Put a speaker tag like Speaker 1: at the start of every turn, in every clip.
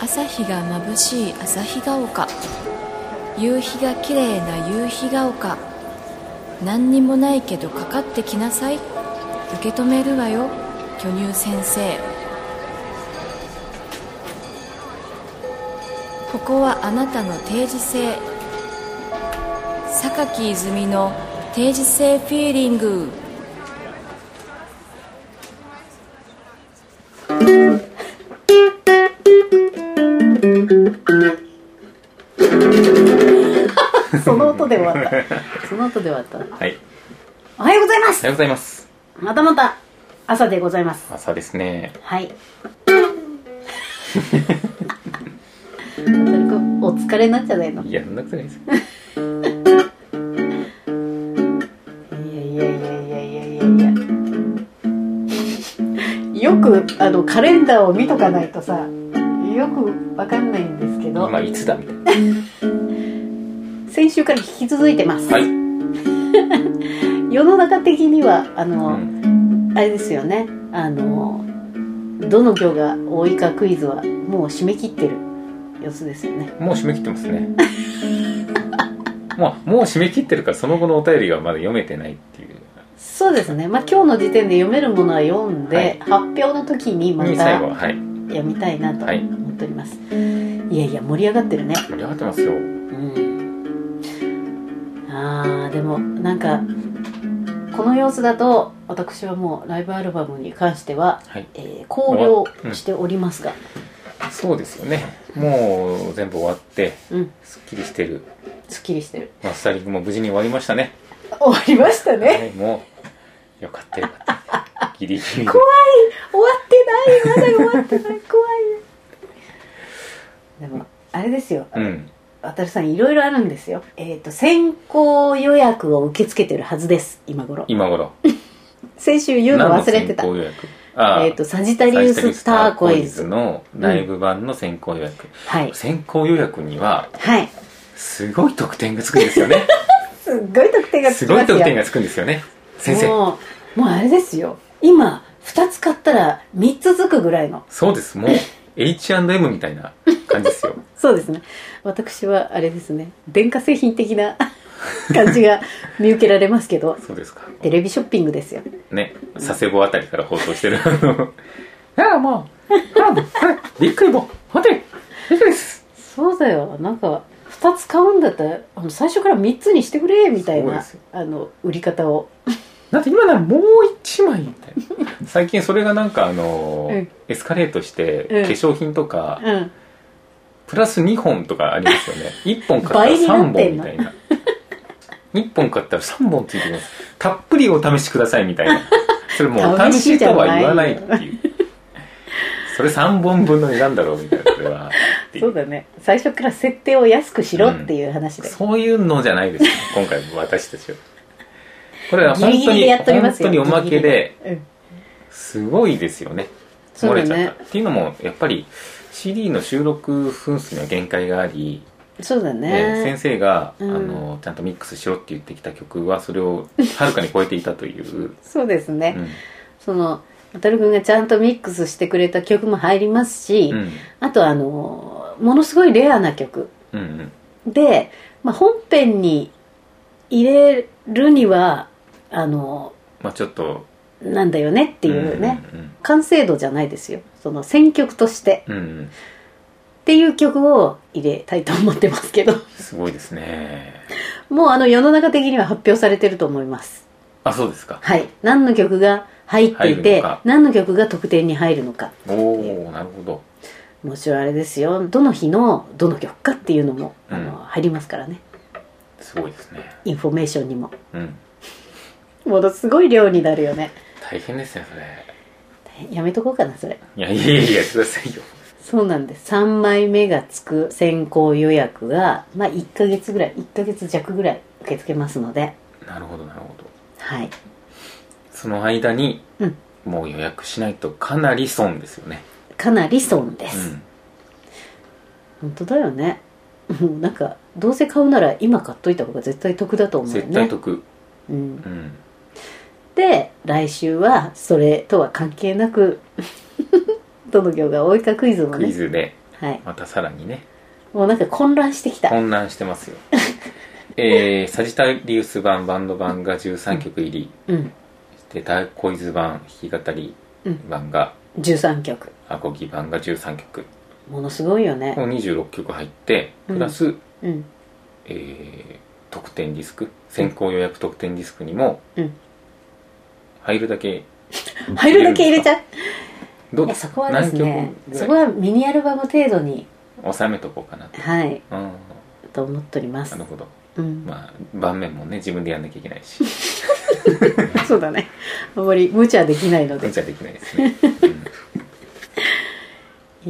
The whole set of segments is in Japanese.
Speaker 1: 朝日が眩しい朝日が丘夕日が綺麗な夕日が丘何にもないけどかかってきなさい受け止めるわよ巨乳先生ここはあなたの定時性榊泉の定時性フィーリング
Speaker 2: その音で終わった。その音で終わった。
Speaker 3: はい。
Speaker 2: おはようございま
Speaker 3: お
Speaker 2: す
Speaker 3: はようございます。
Speaker 2: またまた朝でございます。
Speaker 3: 朝ですね。
Speaker 2: はい。渡るくんお疲れなんじゃないのい
Speaker 3: いや、そんなことないですよ。
Speaker 2: やいやいやいやいやいやいや。よくあのカレンダーを見とかないとさ、よくわかんないんですけど、
Speaker 3: 今いつだみたいな。
Speaker 2: 先週から引き続いてます。
Speaker 3: はい。
Speaker 2: 世の中的にはあの、
Speaker 3: うん。
Speaker 2: あれですよねあのどの行が多いかクイズはもう締め切ってる様子ですよね
Speaker 3: もう締め切ってますね。まあ、もう締め切ってるから、その後のお便りがまだ読めてないっていう。
Speaker 2: そうですねまあ今日の時点で読めるものは読んで、
Speaker 3: はい
Speaker 2: 発表の時にま
Speaker 3: に
Speaker 2: た
Speaker 3: 最後
Speaker 2: や
Speaker 3: は、はい。
Speaker 2: みたいなと
Speaker 3: はい
Speaker 2: 思っております、い、やいや盛り上がってるね
Speaker 3: 盛り上がってますよ。
Speaker 2: うんあーでもなんかこの様子だと私はもうライブアルバムに関しては、
Speaker 3: はい。
Speaker 2: えー、公表しておりますが、
Speaker 3: そうですよね。もう全部終わって、
Speaker 2: うん、
Speaker 3: すっきりしてる。
Speaker 2: すっきりしてる
Speaker 3: マスタリングも無事に終わりましたね。
Speaker 2: 終わりましたね
Speaker 3: はい、もう、よかったよかった。ギリギリ。
Speaker 2: 怖い終わってないまだ終わってない怖いでもあれですよ
Speaker 3: うん。
Speaker 2: 渡るさんいろいろあるんですよえっ、と先行予約を受け付けてるはずです今頃
Speaker 3: 今頃。
Speaker 2: 先週言うの忘れてた
Speaker 3: 何の先行予約ああ
Speaker 2: えっ、とサジタリウスターコイズ
Speaker 3: のライブ版の先行予約、
Speaker 2: はい
Speaker 3: 先行予約には
Speaker 2: はい
Speaker 3: すごい得点がつくんですよ ね
Speaker 2: すっごい得点がつ
Speaker 3: す
Speaker 2: き
Speaker 3: ご
Speaker 2: ま
Speaker 3: い
Speaker 2: すよ
Speaker 3: 得点がつくんですよね先生
Speaker 2: もうもうあれですよ今2つ買ったら3つつくぐらいの
Speaker 3: そうですもう H&M みたいな感じですよ
Speaker 2: そうですね私はあれですね電化製品的な感じが見受けられますけど
Speaker 3: そうですか
Speaker 2: テレビショッピングですよ
Speaker 3: ね佐世保あたりから放送して るあのああもうああもうこれびっくりもホテルびっくりです
Speaker 2: そうだよなんか2つ買うんだったらあの最初から3つにしてくれみたい
Speaker 3: そう
Speaker 2: な
Speaker 3: ですよ
Speaker 2: あの売り方を
Speaker 3: だって今ならもう一枚みたいな最近それがなんかあの、
Speaker 2: うん
Speaker 3: エスカレートして化
Speaker 2: うん
Speaker 3: 粧品とか、
Speaker 2: うん
Speaker 3: プラス2本とかありますよね1本買ったら
Speaker 2: 倍にな
Speaker 3: 3
Speaker 2: って
Speaker 3: 本
Speaker 2: ん
Speaker 3: み
Speaker 2: の
Speaker 3: たいな1本買ったら3本ついてきますたっぷりお試しくださいみたいなそれもうお
Speaker 2: 試
Speaker 3: 試
Speaker 2: し
Speaker 3: し
Speaker 2: じ
Speaker 3: と
Speaker 2: ゃ
Speaker 3: は
Speaker 2: ない
Speaker 3: 言わないっていうそれ3本分の値段だろうみたいなそれはってい
Speaker 2: そうだね最初から設定を安くしろっていう話で、
Speaker 3: そういうのじゃないですよ今回私たちはこれは本
Speaker 2: ギリギ
Speaker 3: 当
Speaker 2: リ
Speaker 3: に
Speaker 2: でやっておりま
Speaker 3: 本
Speaker 2: すよ
Speaker 3: 当におま
Speaker 2: ギリギ
Speaker 3: け
Speaker 2: リ
Speaker 3: で
Speaker 2: うん
Speaker 3: すごいですよね
Speaker 2: そ
Speaker 3: 漏
Speaker 2: うだ
Speaker 3: れちゃっ
Speaker 2: ね
Speaker 3: た、っていうのもやっぱり CD の収録分数には限界があり
Speaker 2: そうだ
Speaker 3: ね、
Speaker 2: ね
Speaker 3: 先生が、
Speaker 2: うん
Speaker 3: あのちゃんとミックスしろって言ってきた曲はそれをはるかに超えていたという、
Speaker 2: そうですね、
Speaker 3: うん
Speaker 2: その渡るくんがちゃんとミックスしてくれた曲も入りますし、
Speaker 3: うん
Speaker 2: あとあのものすごいレアな曲
Speaker 3: うんうん、
Speaker 2: で、まあ、本編に入れるにはあの
Speaker 3: まあちょっと
Speaker 2: なんだよねっていうね、
Speaker 3: うん
Speaker 2: 完成度じゃないですよその選曲として
Speaker 3: うんうん、うんうん
Speaker 2: っていう曲を入れたいと思ってますけど
Speaker 3: すごいですね
Speaker 2: もうあの世の中的には発表されてると思います
Speaker 3: あそうですか
Speaker 2: はい何の曲が入ってい
Speaker 3: 入る
Speaker 2: て
Speaker 3: のか
Speaker 2: 何の曲が特典に入るのか
Speaker 3: おおなるほど
Speaker 2: もちろんあれですよどの日のどの曲かっていうのも、あ
Speaker 3: う
Speaker 2: の
Speaker 3: ん
Speaker 2: 入りますからね
Speaker 3: すごいですね
Speaker 2: インフォメーションにも
Speaker 3: うん
Speaker 2: ものすごい量になるよね
Speaker 3: 大変ですねそれ
Speaker 2: やめとこうかなそれ
Speaker 3: いやいやいやいやくださいよ
Speaker 2: そうなんです3枚目がつく先行予約がまあ1ヶ月ぐらい1ヶ月弱ぐらい受け付けますので
Speaker 3: なるほどなるほど
Speaker 2: はい
Speaker 3: その間に、
Speaker 2: うん
Speaker 3: もう予約しないとかなり損ですよね
Speaker 2: かなり損です、
Speaker 3: うん
Speaker 2: 本当だよね もうなんかどうせ買うなら今買っといた方が絶対得だと思うよね
Speaker 3: 絶対得、
Speaker 2: うん、
Speaker 3: うん
Speaker 2: で来週はそれとは関係なく どの行が多いかクイズも
Speaker 3: クイ
Speaker 2: ね
Speaker 3: ズで
Speaker 2: はい
Speaker 3: またさらにね
Speaker 2: もうなんか混乱してきた
Speaker 3: 混乱してます よえー、サジタリウス版バンド版が13曲入り、
Speaker 2: うん
Speaker 3: でダークコイズ版弾き語り版が、
Speaker 2: 13曲
Speaker 3: アコギ版が13曲
Speaker 2: ものすごいよ
Speaker 3: こ
Speaker 2: ね
Speaker 3: の26曲入ってプラス、
Speaker 2: うん
Speaker 3: えー特典ディスク先行予約特典ディスクにも、
Speaker 2: うん
Speaker 3: 入るだけ
Speaker 2: 入るだけ入れちゃう
Speaker 3: ど
Speaker 2: いうやそこはですね
Speaker 3: 何
Speaker 2: そこ
Speaker 3: 曲ぐら
Speaker 2: はミニアルバム程度に
Speaker 3: い収めとこうかなと
Speaker 2: はい
Speaker 3: うん
Speaker 2: と思っております
Speaker 3: なるほど
Speaker 2: うん、
Speaker 3: まあ盤面もね自分でやんなきゃいけないし
Speaker 2: そうだねあんまり無茶できないので
Speaker 3: じゃできないですね、うん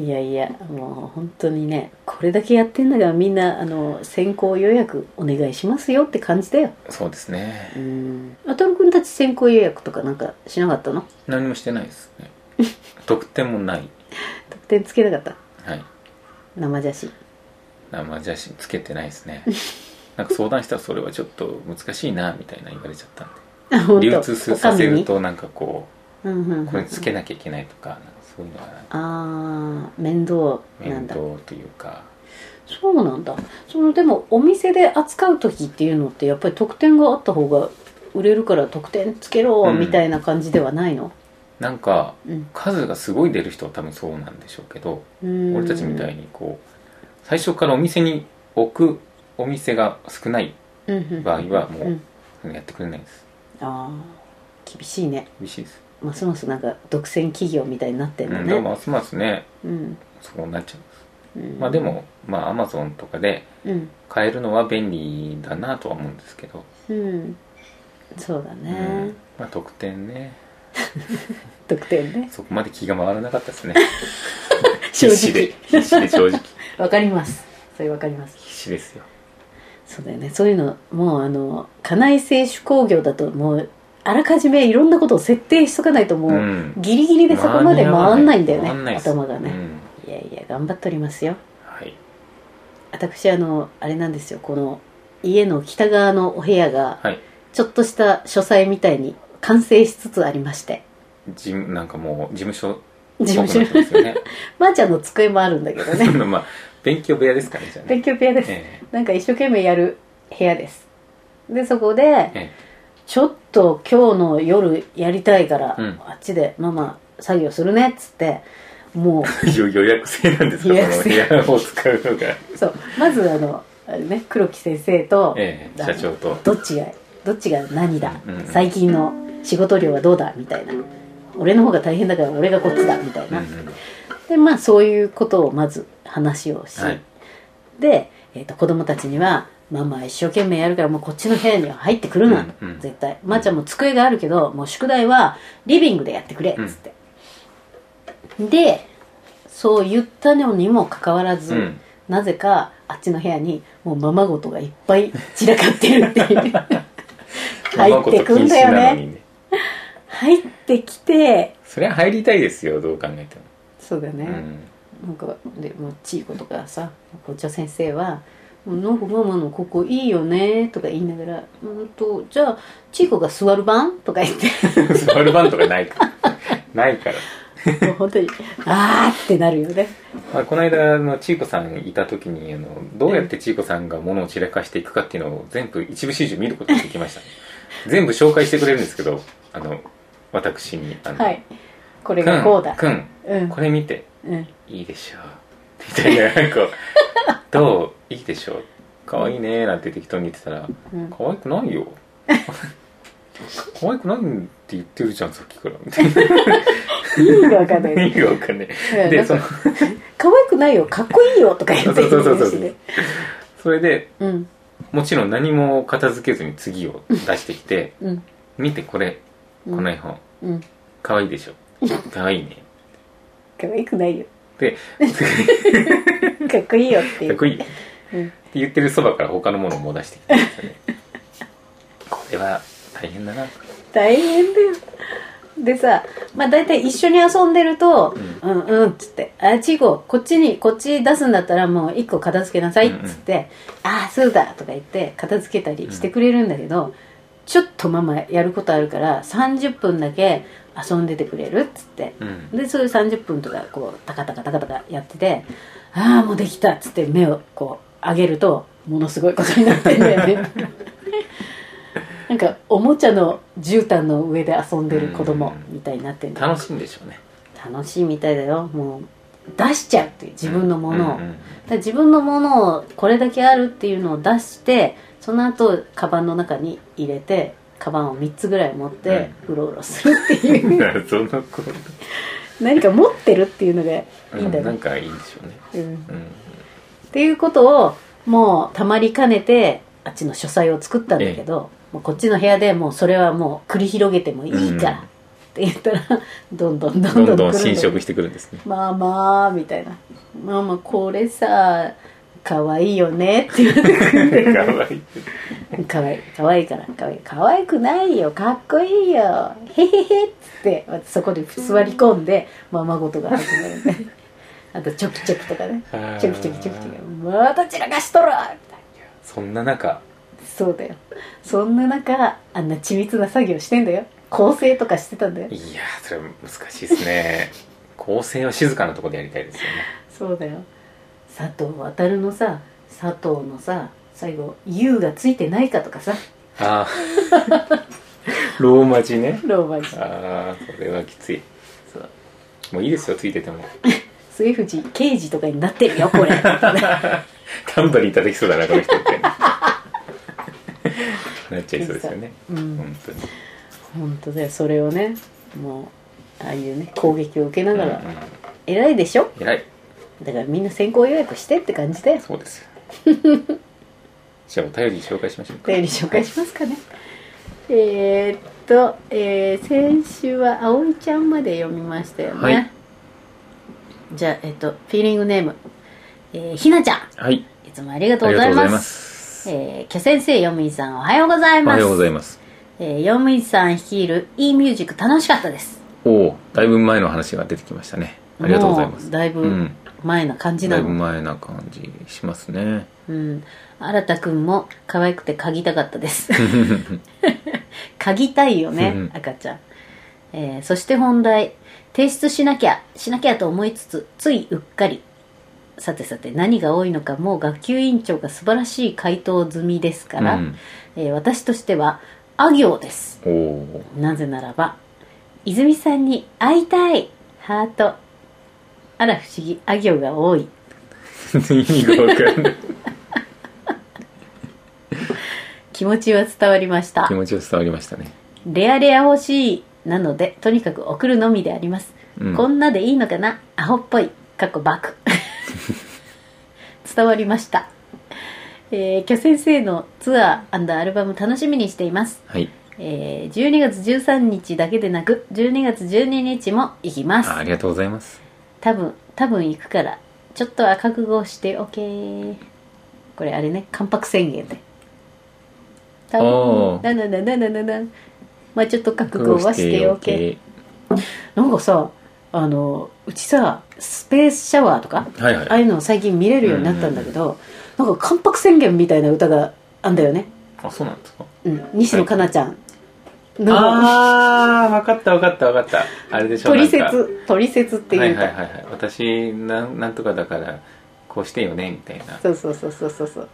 Speaker 2: いやいやもう本当にねこれだけやってんだからみんなあの先行予約お願いしますよって感じだよ
Speaker 3: そうですね
Speaker 2: うんあたるくんたち先行予約とかなんかしなかったの
Speaker 3: 何もしてないです ね得点もない
Speaker 2: 特典つけなかった
Speaker 3: はい
Speaker 2: 生写 真
Speaker 3: 生写真つけてない ですねなんか相談したらそれはちょっと難しいなみたいな言われちゃったん
Speaker 2: あ本当
Speaker 3: で流通させるとなんかこ
Speaker 2: お上にうんうんうん
Speaker 3: うこれつけなきゃいけないとかなんかそういうのは
Speaker 2: あー面倒な
Speaker 3: 面
Speaker 2: んだ
Speaker 3: 倒というか
Speaker 2: そうなんだそのでもお店で扱う時っていうのってやっぱり特典があった方が売れるから特典つけろ
Speaker 3: うん
Speaker 2: みたいな感じではないの、
Speaker 3: なんか
Speaker 2: うん
Speaker 3: 数がすごい出る人は多分そうなんでしょうけど
Speaker 2: うん、
Speaker 3: 俺たちみたいにこう最初からお店に置くお店が少ない
Speaker 2: に
Speaker 3: 場合はもう
Speaker 2: うん
Speaker 3: やってくれないです
Speaker 2: あー厳しいね
Speaker 3: 厳しいです、
Speaker 2: ますますなんか独占企業みたいになってん
Speaker 3: う
Speaker 2: だ
Speaker 3: ん、でも
Speaker 2: ね
Speaker 3: ますますね
Speaker 2: うん、
Speaker 3: そうなっちゃうんです
Speaker 2: うん
Speaker 3: まあでもまあアマゾンとかで
Speaker 2: うん
Speaker 3: 買えるのは便利だなとは思うんですけど、
Speaker 2: うんそうだ
Speaker 3: う
Speaker 2: ね
Speaker 3: ん、まあ特典ね
Speaker 2: 特典ね
Speaker 3: そこまで気が回らなかったですね
Speaker 2: 正
Speaker 3: 必死で
Speaker 2: 直
Speaker 3: 必死で正直
Speaker 2: わかりますそれわかります
Speaker 3: 必死ですよ
Speaker 2: そうだよねそういうのもうあの家内製手工業だともうあらかじめいろんなことを設定しとかないともう、
Speaker 3: うん
Speaker 2: ギリギリでそこまで回んないんだよ
Speaker 3: 回んない
Speaker 2: ね
Speaker 3: です
Speaker 2: 頭が
Speaker 3: う
Speaker 2: ね、
Speaker 3: ん
Speaker 2: いやいや頑張っておりますよ
Speaker 3: はい
Speaker 2: 私あのあれなんですよこの家の北側のお部屋が
Speaker 3: はい
Speaker 2: ちょっとした書斎みたいに完成しつつありまして
Speaker 3: 事務なんかもう事務所っぽ
Speaker 2: 事務
Speaker 3: くなって
Speaker 2: 所
Speaker 3: ますよね
Speaker 2: まーちゃんの机もあるんだけどね
Speaker 3: まあ勉強部屋ですかねじゃあね
Speaker 2: 勉強部屋です、
Speaker 3: え
Speaker 2: なんか一生懸命やる部屋ですでそこで
Speaker 3: ええ
Speaker 2: ちょっと今日の夜やりたいから、
Speaker 3: うん
Speaker 2: あっちでママ作業するねっつっても
Speaker 3: え いよ予約制なんです
Speaker 2: 予
Speaker 3: か
Speaker 2: 約
Speaker 3: この部
Speaker 2: 制
Speaker 3: 屋を使うのが、え
Speaker 2: うそうまずあのあれね黒木先生と、
Speaker 3: え社長と
Speaker 2: どっちがどっちが何だ、
Speaker 3: うんうん
Speaker 2: 最近の仕事量はどうだみたいな俺の方が大変だから俺がこっちだみたい
Speaker 3: うん
Speaker 2: な、
Speaker 3: うん
Speaker 2: でまあそういうことをまず話をし、
Speaker 3: はい
Speaker 2: で、えー、と子供たちには「ママは一生懸命やるからもうこっちの部屋には入ってくるな」
Speaker 3: うんうん
Speaker 2: 絶対まーちゃんも机があるけどもう宿題はリビングでやってくれっつって、でそう言ったのにもかかわらず、
Speaker 3: うん
Speaker 2: なぜかあっちの部屋にもうままごとがいっぱい散らかってるって いう入ってくんだよ
Speaker 3: ままごと禁止なの
Speaker 2: ね
Speaker 3: にね
Speaker 2: 入ってきて
Speaker 3: そりゃ入りたいですよどう考えても
Speaker 2: そうだね、
Speaker 3: うん
Speaker 2: なんかでもうちいことかさ校長先生は「なんかママのここいいよね」とか言いながら「うんとじゃあちいこが座る番?」とか言 って
Speaker 3: 座る番とかないから ないから
Speaker 2: もう本当に「あー」ってなるよね
Speaker 3: あこの間のちいこさんいた時にあのどうやってちいこさんが物を散らかしていくかっていうのを全部一部始終見ることができま した、ね、全部紹介してくれるんですけどあの私にあの、
Speaker 2: はいこ
Speaker 3: く
Speaker 2: れ
Speaker 3: ん
Speaker 2: がこうだ
Speaker 3: くん
Speaker 2: うん
Speaker 3: これ見て
Speaker 2: うん
Speaker 3: いいでしょうみたいな なんか「どういいでしょう可愛いね」なんて適当に言ってたら
Speaker 2: うん
Speaker 3: 「可愛くないよ」「可愛くないって言ってるじゃんさっきから」みたいな
Speaker 2: 意味がわかんない
Speaker 3: 意味がわかんない
Speaker 2: うんな
Speaker 3: で
Speaker 2: ん
Speaker 3: そ
Speaker 2: か
Speaker 3: の
Speaker 2: 可愛くないよかっこいいよとか言
Speaker 3: そ
Speaker 2: っ
Speaker 3: うそ
Speaker 2: て
Speaker 3: うそうそうそ
Speaker 2: ね
Speaker 3: うそれで
Speaker 2: うん
Speaker 3: もちろん何も片付けずに次を出してきて
Speaker 2: うん
Speaker 3: 「見てこれ
Speaker 2: う
Speaker 3: こ
Speaker 2: ん
Speaker 3: の絵本
Speaker 2: うん
Speaker 3: 可愛いでしょ可愛いね
Speaker 2: 可愛くないよ」
Speaker 3: で
Speaker 2: かっこいいよっ
Speaker 3: 「
Speaker 2: てい
Speaker 3: かっ
Speaker 2: う
Speaker 3: こいいね」
Speaker 2: うん
Speaker 3: って言ってるそばから他のものも出してきたんですよねこれは大変だな
Speaker 2: 大変だよでさまあ大体一緒に遊んでると「うんうん」っつって「あちいここっちにこっち出すんだったらもう一個片付けなさい」っつって「ああそうだ」とか言って片付けたりしてくれるんだけど、ちょっとママやることあるから30分だけ遊んでてくれるっつって
Speaker 3: うん
Speaker 2: でそういう30分とかこうタカタカタカタカやってて「ああもうできたっつって目をこう上げるとものすごいことになってんだよ ねなんかおもちゃの絨毯の上で遊んでる子供みたいになってんだよ
Speaker 3: 楽しいんでしょうね
Speaker 2: 楽しいみたいだよもう出しちゃうっていう自分のものを、
Speaker 3: うんうんうん
Speaker 2: だから自分のものをこれだけあるっていうのを出してその後カバンの中に入れてカバンを3つぐらい持ってうろうろするっていう
Speaker 3: 謎の子供
Speaker 2: 何か持ってるっていうのがいいんだ
Speaker 3: うん
Speaker 2: よ
Speaker 3: なん
Speaker 2: ね、
Speaker 3: かいいんでしょうね
Speaker 2: うん、っ
Speaker 3: うん
Speaker 2: ていうことをもうたまりかねてあっちの書斎を作ったんだけど、もうこっちの部屋でもうそれはもう繰り広げてもいいからって言ったら、どんどんどんど
Speaker 3: ど
Speaker 2: ん
Speaker 3: んどん
Speaker 2: 来る
Speaker 3: 侵
Speaker 2: だよ
Speaker 3: 食してくるんで すね
Speaker 2: まあまあみたいなまあまあこれさ可愛いよねって言ってくるんだよね
Speaker 3: かわいい
Speaker 2: かわいいかわいいからかわいいかわいくないよかっこいいよへへへっつってまたそこで座り込んでままごとが始まるねあとチョキチョキとかね
Speaker 3: あー
Speaker 2: チョキチョキチョキチョキまた散らかしとるみたいな
Speaker 3: そんな中
Speaker 2: そうだよそんな中あんな緻密な作業してんだよ構成とかしてたんだよ
Speaker 3: いやーそれは難しいですね 構成は静かなところでやりたいですよね
Speaker 2: そうだよ佐藤渡のさ佐藤のさ最後「U」がついてないかとかさ
Speaker 3: ああ ローマ字ね
Speaker 2: ローマ字
Speaker 3: ああそれはきつい
Speaker 2: そう
Speaker 3: もういいですよついてても
Speaker 2: 末藤刑事とかになってるよこ れ
Speaker 3: タンバリン叩きそうだなこの人み たいななっちゃいそうですよね
Speaker 2: うん
Speaker 3: 本当に
Speaker 2: 本当だよそれをねもうああいうね攻撃を受けながら、
Speaker 3: うんうん
Speaker 2: 偉いでしょ
Speaker 3: 偉い
Speaker 2: だからみんな先行予約してって感じだよ
Speaker 3: そう ですよじゃあお便り紹介しましょう
Speaker 2: お便り紹介しますかねえーっと、えー先週は葵ちゃんまで読みましたよね、
Speaker 3: はい
Speaker 2: じゃあえーっとフィーリングネーム、えーひなちゃん
Speaker 3: はい
Speaker 2: いつもありがと
Speaker 3: あ
Speaker 2: う
Speaker 3: り
Speaker 2: ご
Speaker 3: が
Speaker 2: ざ
Speaker 3: と
Speaker 2: いう
Speaker 3: ござ
Speaker 2: ま
Speaker 3: い
Speaker 2: す
Speaker 3: ます
Speaker 2: えー、キョ先生、よみいさん、おはようござい
Speaker 3: お
Speaker 2: ます。
Speaker 3: はようございます
Speaker 2: えー、よみいさん率いる e ミュージック楽しかったです。
Speaker 3: おおだいぶ前の話が出てきましたねありがとうございます
Speaker 2: もうだいうぶ
Speaker 3: ん
Speaker 2: 前な感じ
Speaker 3: だ
Speaker 2: ないの
Speaker 3: ぶ前な感じしますね
Speaker 2: うん。新田くんも可愛くて嗅ぎたかった です。嗅ぎたいよね、
Speaker 3: うん
Speaker 2: 赤ちゃん。えーそして本題。提出しなきゃ、しなきゃと思いつつ、ついうっかり。さてさて何が多いのかもう学級委員長が素晴らしい回答済みですから、
Speaker 3: うん
Speaker 2: えー私としては、あ行です。
Speaker 3: おお
Speaker 2: なぜならば、泉さんに会いたいハート。あら不思議、あ行が多い。
Speaker 3: ー意味がわかんない
Speaker 2: 気持ちは伝わりました
Speaker 3: 気。持ちが伝わりましたね
Speaker 2: レアレア欲しいなのでとにかく送るのみであります、
Speaker 3: うん
Speaker 2: こんなでいいのかなアホっぽいかっこ バク伝わりましたえー、巨先生のツアーアルバム楽しみにしています、
Speaker 3: はい
Speaker 2: えー、12月13日だけでなく12月12日も行きます
Speaker 3: あありがとうございます
Speaker 2: 多分多分行くからちょっとは覚悟しておけーこれあれね関白宣言で多
Speaker 3: お
Speaker 2: 分だ
Speaker 3: ー
Speaker 2: ななななななまあちょっと覚悟はしておけなんかさあのうちさスペースシャワーとか
Speaker 3: はいはい
Speaker 2: ああいうのを最近見れるようになったんだけど、なんか関白宣言みたいな歌があんだよね、
Speaker 3: あそうなんですか
Speaker 2: うん、西野カナちゃんの
Speaker 3: ああ分かった分かった分かったあれ
Speaker 2: 「
Speaker 3: でしょ
Speaker 2: 取
Speaker 3: なんか
Speaker 2: 説」「取説」って
Speaker 3: はいいう
Speaker 2: 歌、
Speaker 3: はいはいはい私なんなんとかだからこうしてよねみたいな
Speaker 2: そうそうそうそうそうそう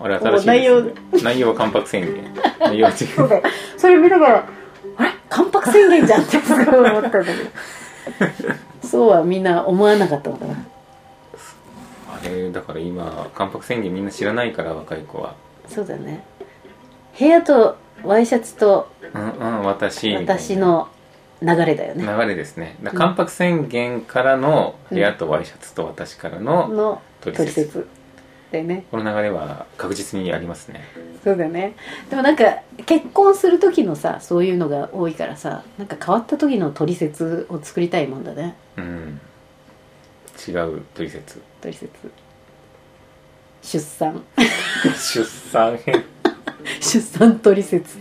Speaker 3: あれ新しいです、ね、内容内容は関白宣言内容は違
Speaker 2: そう
Speaker 3: う
Speaker 2: だよそれ見ながら「あれ関白宣言じゃん」ってすごい思ったんだけどそうはみんな思わなかったのかな
Speaker 3: あれだから今関白宣言みんな知らないから若い子は
Speaker 2: そうだね部屋とワイシャツと
Speaker 3: うんうん私みたいな
Speaker 2: 私の流れだよね
Speaker 3: 流れですねだから関白宣言からの部屋とワイシャツと私からの
Speaker 2: の
Speaker 3: 取
Speaker 2: 取
Speaker 3: 説、
Speaker 2: 説だよね
Speaker 3: この流れは確実にありますね
Speaker 2: そうだよねでもなんか結婚する時のさそういうのが多いからさなんか変わった時の取説を作りたいもんだね
Speaker 3: うん違う取 説
Speaker 2: 取説出産
Speaker 3: 出産編
Speaker 2: 出産取説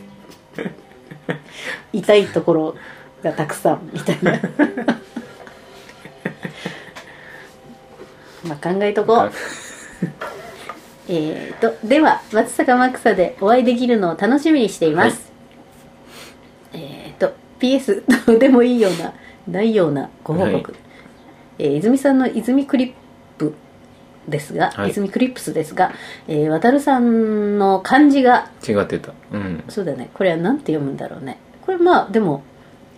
Speaker 2: 痛いところがたくさんみたいな まあ考えとこうえー、とでは松坂マクサでお会いできるのを楽しみにしています、えー、と PS どうでもいいようなないようなご報告、
Speaker 3: はい
Speaker 2: えー泉さんの泉クリップですが、
Speaker 3: はい
Speaker 2: 泉クリップスですが、えー、渡るさんの漢字が
Speaker 3: 違ってた。うん。
Speaker 2: そうだねこれはなんて読むんだろうねこれまあでも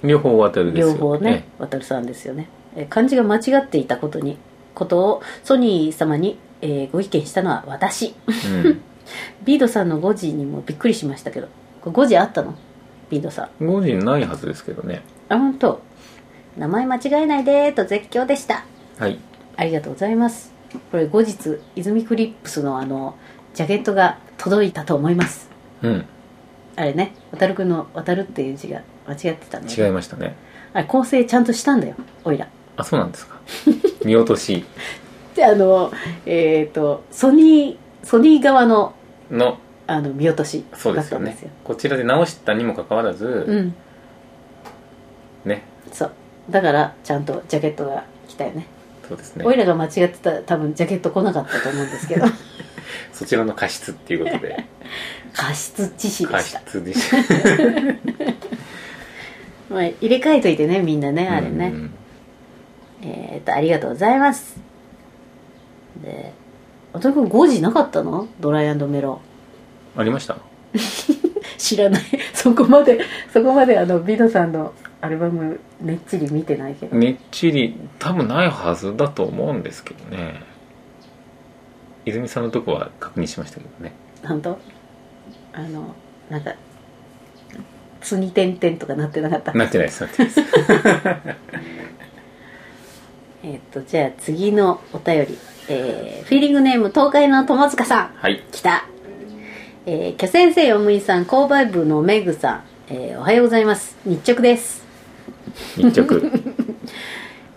Speaker 3: 両方渡るですよ。
Speaker 2: 両方ね渡るさんですよね、えー漢字が間違っていたことにことをソニー様に、えーご意見したのは私
Speaker 3: ええ。うん。
Speaker 2: ビードさんの5時にもびっくりしましたけど5時あったのビードさん
Speaker 3: 5時にないはずですけどね。
Speaker 2: あ本当名前間違えないでーと絶叫でした
Speaker 3: はい。
Speaker 2: ありがとうございますこれ後日泉クリップスのあのジャケットが届いたと思います
Speaker 3: うん。
Speaker 2: あれね渡るくんの「渡る」っていう字が間違ってたね
Speaker 3: 違いましたね。
Speaker 2: あれ構成ちゃんとしたんだよおいら
Speaker 3: あ、そうなんで すか。見落とし
Speaker 2: であのえっ、とソニーソニー側の
Speaker 3: の、
Speaker 2: あの見落とし
Speaker 3: そう
Speaker 2: だ
Speaker 3: で
Speaker 2: っ
Speaker 3: す
Speaker 2: た
Speaker 3: よ
Speaker 2: んで
Speaker 3: ね
Speaker 2: すよ。
Speaker 3: こちらで直したにもかかわらず、
Speaker 2: うん
Speaker 3: ね。
Speaker 2: そうだからちゃんとジャケットが来たよね
Speaker 3: そうですね
Speaker 2: お。いらが間違ってたら多分ジャケット来なかったと思うんですけ ど
Speaker 3: そちらの過失っていうこと で。
Speaker 2: 過失致死で
Speaker 3: 過
Speaker 2: した、
Speaker 3: 失でした。
Speaker 2: まあ、入れ替えといてねみんなね あれね、
Speaker 3: うん
Speaker 2: えー、っと、ありがとうございます。で、あたくん5時なかったのドライメロ
Speaker 3: ありました
Speaker 2: ン。知らない。 そこまで、そこまであの、ビドさんのアルバム、めっちり見てないけど。
Speaker 3: ねっちり多分ないはずだと思うんですけどね泉さんのとこは確認しましたけどね
Speaker 2: なんとあの、なんか、つにてんてんとかなってなかった。
Speaker 3: なってないですなってないです
Speaker 2: えーっと、じゃあ次のお便り。えー、フィーリングネーム、東海の友塚さん。
Speaker 3: はい
Speaker 2: 来た。えー、巨先生、よむいさん、購買部のメグさん。えー、おはようございます。日直です。
Speaker 3: 日直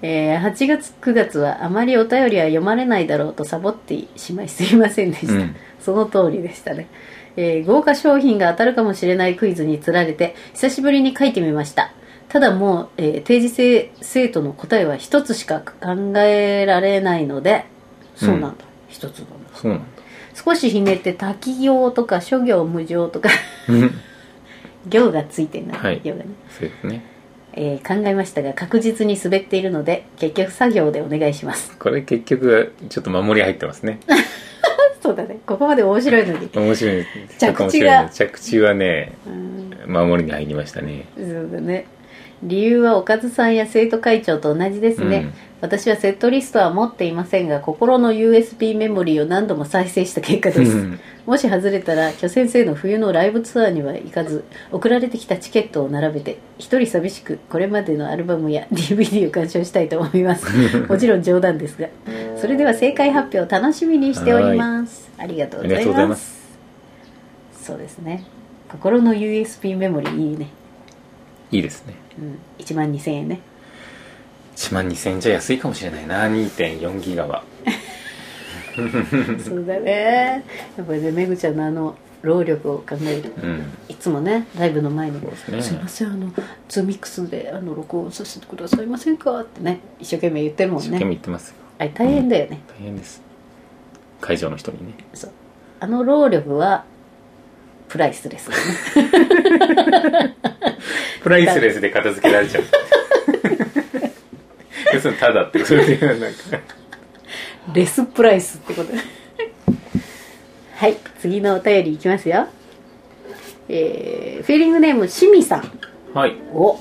Speaker 2: えー8月9月はあまりお便りは読まれないだろうとサボってしまいすいませんでした、
Speaker 3: うん
Speaker 2: その通りでしたね、えー豪華商品が当たるかもしれないクイズにつられて久しぶりに書いてみましたただもう、えー定時制生徒の答えは一つしか考えられないのでそうなんだ一、つなんだ
Speaker 3: そうなんだ
Speaker 2: 少しひねって滝行とか諸行無常とか
Speaker 3: うん
Speaker 2: 行がついてない、
Speaker 3: はい
Speaker 2: 行がね
Speaker 3: そうですね
Speaker 2: えー考えましたが確実に滑っているので結局作業でお願いします
Speaker 3: これ結局ちょっと守り入ってますね
Speaker 2: そうだねここまで面白いの に
Speaker 3: 面白いで
Speaker 2: 着地が
Speaker 3: すちょっと面白いね着地はね
Speaker 2: うん
Speaker 3: 守りに入りましたね
Speaker 2: そうだね理由はおかずさんや生徒会長と同じですね、
Speaker 3: うん
Speaker 2: 私はセットリストは持っていませんが心の USB メモリーを何度も再生した結果です、
Speaker 3: うん
Speaker 2: もし外れたら巨先生の冬のライブツアーには行かず送られてきたチケットを並べて一人寂しくこれまでのアルバムや DVD を鑑賞したいと思います もちろん冗談ですがそれでは正解発表を楽しみにしておりますありがとうござ
Speaker 3: ありが
Speaker 2: い
Speaker 3: とうござい
Speaker 2: ま
Speaker 3: ます
Speaker 2: そうですね心の USB メモリーいいね
Speaker 3: いいですね
Speaker 2: うん、1万2000円ね
Speaker 3: 1万2000円じゃ安いかもしれないな2.4ギガは
Speaker 2: そうだねやっぱりねめぐちゃんのあの労力を考えると
Speaker 3: うん
Speaker 2: いつもねライブの前に
Speaker 3: そうです
Speaker 2: 「
Speaker 3: ね
Speaker 2: すいませんあのズーミックスであの録音させてくださいませんか?」ってね一生懸命言ってるも
Speaker 3: 一
Speaker 2: ん
Speaker 3: 生懸命
Speaker 2: ね
Speaker 3: 言ってますよ
Speaker 2: あれ大変だよね、
Speaker 3: 大変です会場の人にね
Speaker 2: そうあの労力はプライスですよね
Speaker 3: プライスレスで片付けられ ちゃう要するにただってそれでなんか
Speaker 2: レスプライスってことはい次のお便りいきますよえー、フィーリングネームしみさん
Speaker 3: はい
Speaker 2: お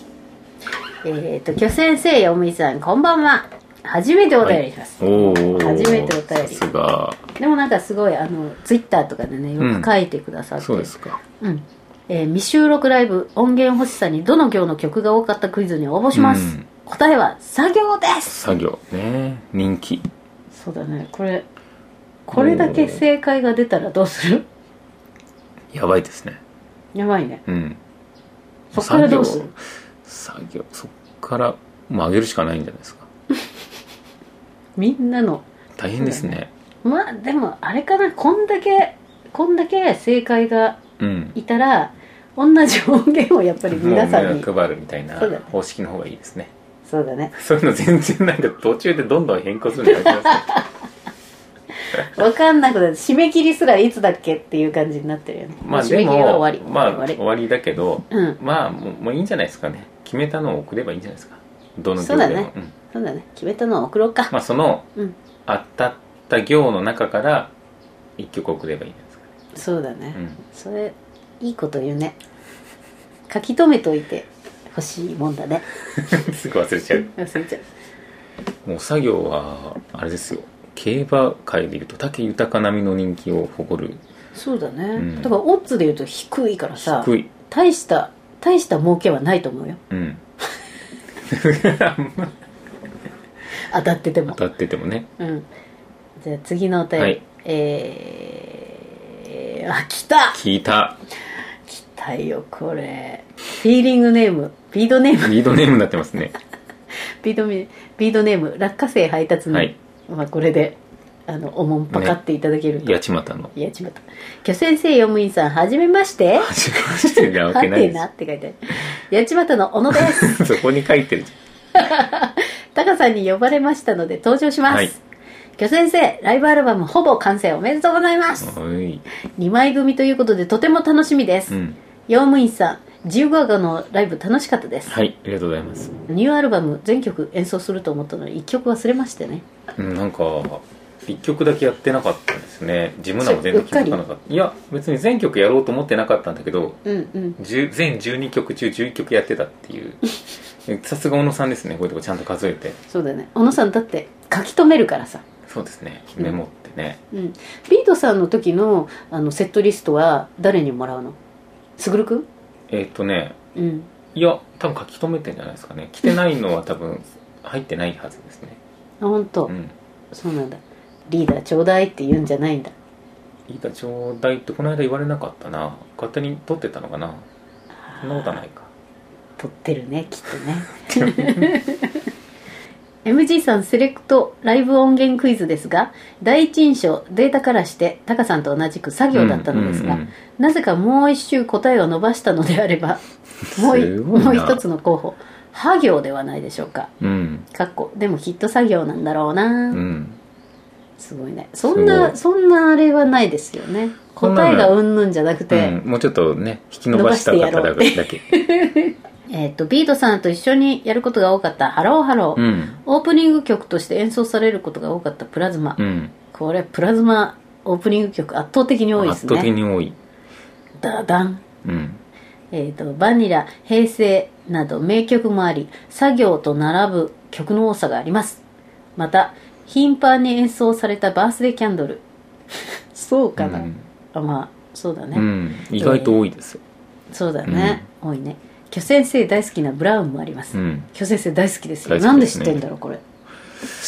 Speaker 2: えっ、と、巨先生、よみさん、こんばんは。初めてお便りします。
Speaker 3: おお
Speaker 2: 初めてお便
Speaker 3: さ
Speaker 2: り
Speaker 3: すが
Speaker 2: でもなんかすごい、あの、ツイッターとかでね、よく書いてくださって。
Speaker 3: そうですか
Speaker 2: うん。えー未収録ライブ、音源欲しさにどの行の曲が多かったクイズに応募します。
Speaker 3: うん
Speaker 2: 答えは、作業です
Speaker 3: 作業ね人気
Speaker 2: そうだね、これ、これだけ正解が出たらどうする
Speaker 3: やばいですね
Speaker 2: やばいね。
Speaker 3: うん
Speaker 2: そっからどうする
Speaker 3: 作業作業そっからもう上げるしかないんじゃないですか
Speaker 2: みんなの。
Speaker 3: 大変ですね
Speaker 2: まあ、でも、あれかな、こんだけ、こんだけ正解が
Speaker 3: うん
Speaker 2: いたら同じ音源をやっぱり皆さんに
Speaker 3: もう目を配るみたいな
Speaker 2: そうだね
Speaker 3: 方式の方がいいですね
Speaker 2: そうだね
Speaker 3: そういうの全然なんか途中でどんどん変更するのやめて ください
Speaker 2: 分かんなくなる締め切りすらいつだっけっていう感じになってるよね、
Speaker 3: まあ
Speaker 2: 締め
Speaker 3: で
Speaker 2: 切りは
Speaker 3: も
Speaker 2: 終わり、
Speaker 3: まあ
Speaker 2: 終
Speaker 3: 終
Speaker 2: わ
Speaker 3: わりだけど
Speaker 2: りうん
Speaker 3: まあもうもういいんじゃないですかね決めたのを送ればいいんじゃないですかどの
Speaker 2: そうだね
Speaker 3: うん
Speaker 2: そうだね決めたのを送ろうか、
Speaker 3: まあその
Speaker 2: うん
Speaker 3: 当たっった行の中から一曲送ればいいんですか
Speaker 2: そうだね、
Speaker 3: ね、
Speaker 2: それいいこと言うね書き留めといてほしいもんだね
Speaker 3: うん、 すぐ忘れちゃう
Speaker 2: 忘れちゃう
Speaker 3: もう作業はあれですよ競馬界でいうと武豊並みの人気を誇る
Speaker 2: そうだね、
Speaker 3: うん
Speaker 2: だからオッズで言うと低いからさ
Speaker 3: 低い
Speaker 2: 大した大した儲けはないと思うよ
Speaker 3: うん
Speaker 2: 当たってても
Speaker 3: 当たっててもね
Speaker 2: うんじゃあ次のお便り、
Speaker 3: はい
Speaker 2: えー、あ来た
Speaker 3: 聞いた
Speaker 2: 来たよこれフィーリングネームビードネーム
Speaker 3: リードネームになって ますね
Speaker 2: ビードミビードネーム落花生配達の、
Speaker 3: はい
Speaker 2: まあ、これであのおもんぱかっていただけると、
Speaker 3: 八幡の
Speaker 2: いやちまった巨先生読務員さんはじめまして
Speaker 3: 初めましてなわけない
Speaker 2: て
Speaker 3: で
Speaker 2: なって書いてある八幡の小野です
Speaker 3: すそこに書いてる
Speaker 2: タカさんに呼ばれましたので登場します、
Speaker 3: はい
Speaker 2: 巨先生ライブアルバムほぼ完成おめでとうございます、
Speaker 3: おい
Speaker 2: 2枚組ということでとても楽しみです、
Speaker 3: うん
Speaker 2: 用務員さん15話のライブ楽しかったです、
Speaker 3: はいありがとうございます、
Speaker 2: ニューアルバム全曲演奏すると思ったのに1曲忘れましてね
Speaker 3: うん、なんか一曲だけやってなかったんですね自分らも全然気づかなかったいや別に全曲やろうと思ってなかったんだけど
Speaker 2: うんうん
Speaker 3: 10全12曲中11曲やってたって いうさすが小野さんですねこういうとこちゃんと数えて
Speaker 2: そうだね小野さんだって書き留めるからさ
Speaker 3: そうですね
Speaker 2: うん
Speaker 3: メモってね、
Speaker 2: うん、ビートさんの時のあのセットリストは誰にもらうのすぐるくん
Speaker 3: えっ、とね
Speaker 2: うん
Speaker 3: いや多分書き留めてんじゃないですかね来てないのは多分入ってないはずですね
Speaker 2: あ本当、
Speaker 3: うん
Speaker 2: そうなんだリーダーちょうだいって言うんじゃないんだ
Speaker 3: 「いいだちょうだい」ってこの間言われなかったな勝手に取ってたのかなそんなことはないか
Speaker 2: 撮ってるねきっとね MG さんセレクトライブ音源クイズですが第一印象データからしてタカさんと同じく作業だったのですが、
Speaker 3: うんうんうん
Speaker 2: なぜかもう一周答えを伸ばしたのであれ ばもうい
Speaker 3: すご
Speaker 2: も
Speaker 3: いな
Speaker 2: う一つの候補「は行」ではないでしょうか
Speaker 3: うん
Speaker 2: かっこでもきっと作業なんだろうな、
Speaker 3: うん
Speaker 2: すごいねそんな
Speaker 3: す
Speaker 2: そんなあれはないですよね
Speaker 3: こんなの
Speaker 2: 答えがうんぬんじゃなくて、
Speaker 3: うんもうちょっとね引き伸ばした方だ
Speaker 2: 伸ばして
Speaker 3: だけ
Speaker 2: えっ、とビートさんと一緒にやることが多かった「ハローハロー」
Speaker 3: うん
Speaker 2: オープニング曲として演奏されることが多かったプラズマ、
Speaker 3: うん
Speaker 2: これプラズマオープニング曲圧倒的に多いで
Speaker 3: 圧
Speaker 2: す
Speaker 3: 倒的
Speaker 2: ね
Speaker 3: に多い
Speaker 2: ダダン
Speaker 3: うん
Speaker 2: えっ、とバニラ平成など名曲もあり作業と並ぶ曲の多さがありますまた頻繁に演奏されたバースデーキャンドル そうかな、
Speaker 3: うん
Speaker 2: あまあそうだね、
Speaker 3: うん意外と多いですよ
Speaker 2: そうだね、多いね巨先生大好きなブラウンもあります、
Speaker 3: うん
Speaker 2: 巨先生大好きですよ
Speaker 3: 大好きですね
Speaker 2: なんで知ってんだろうこれ好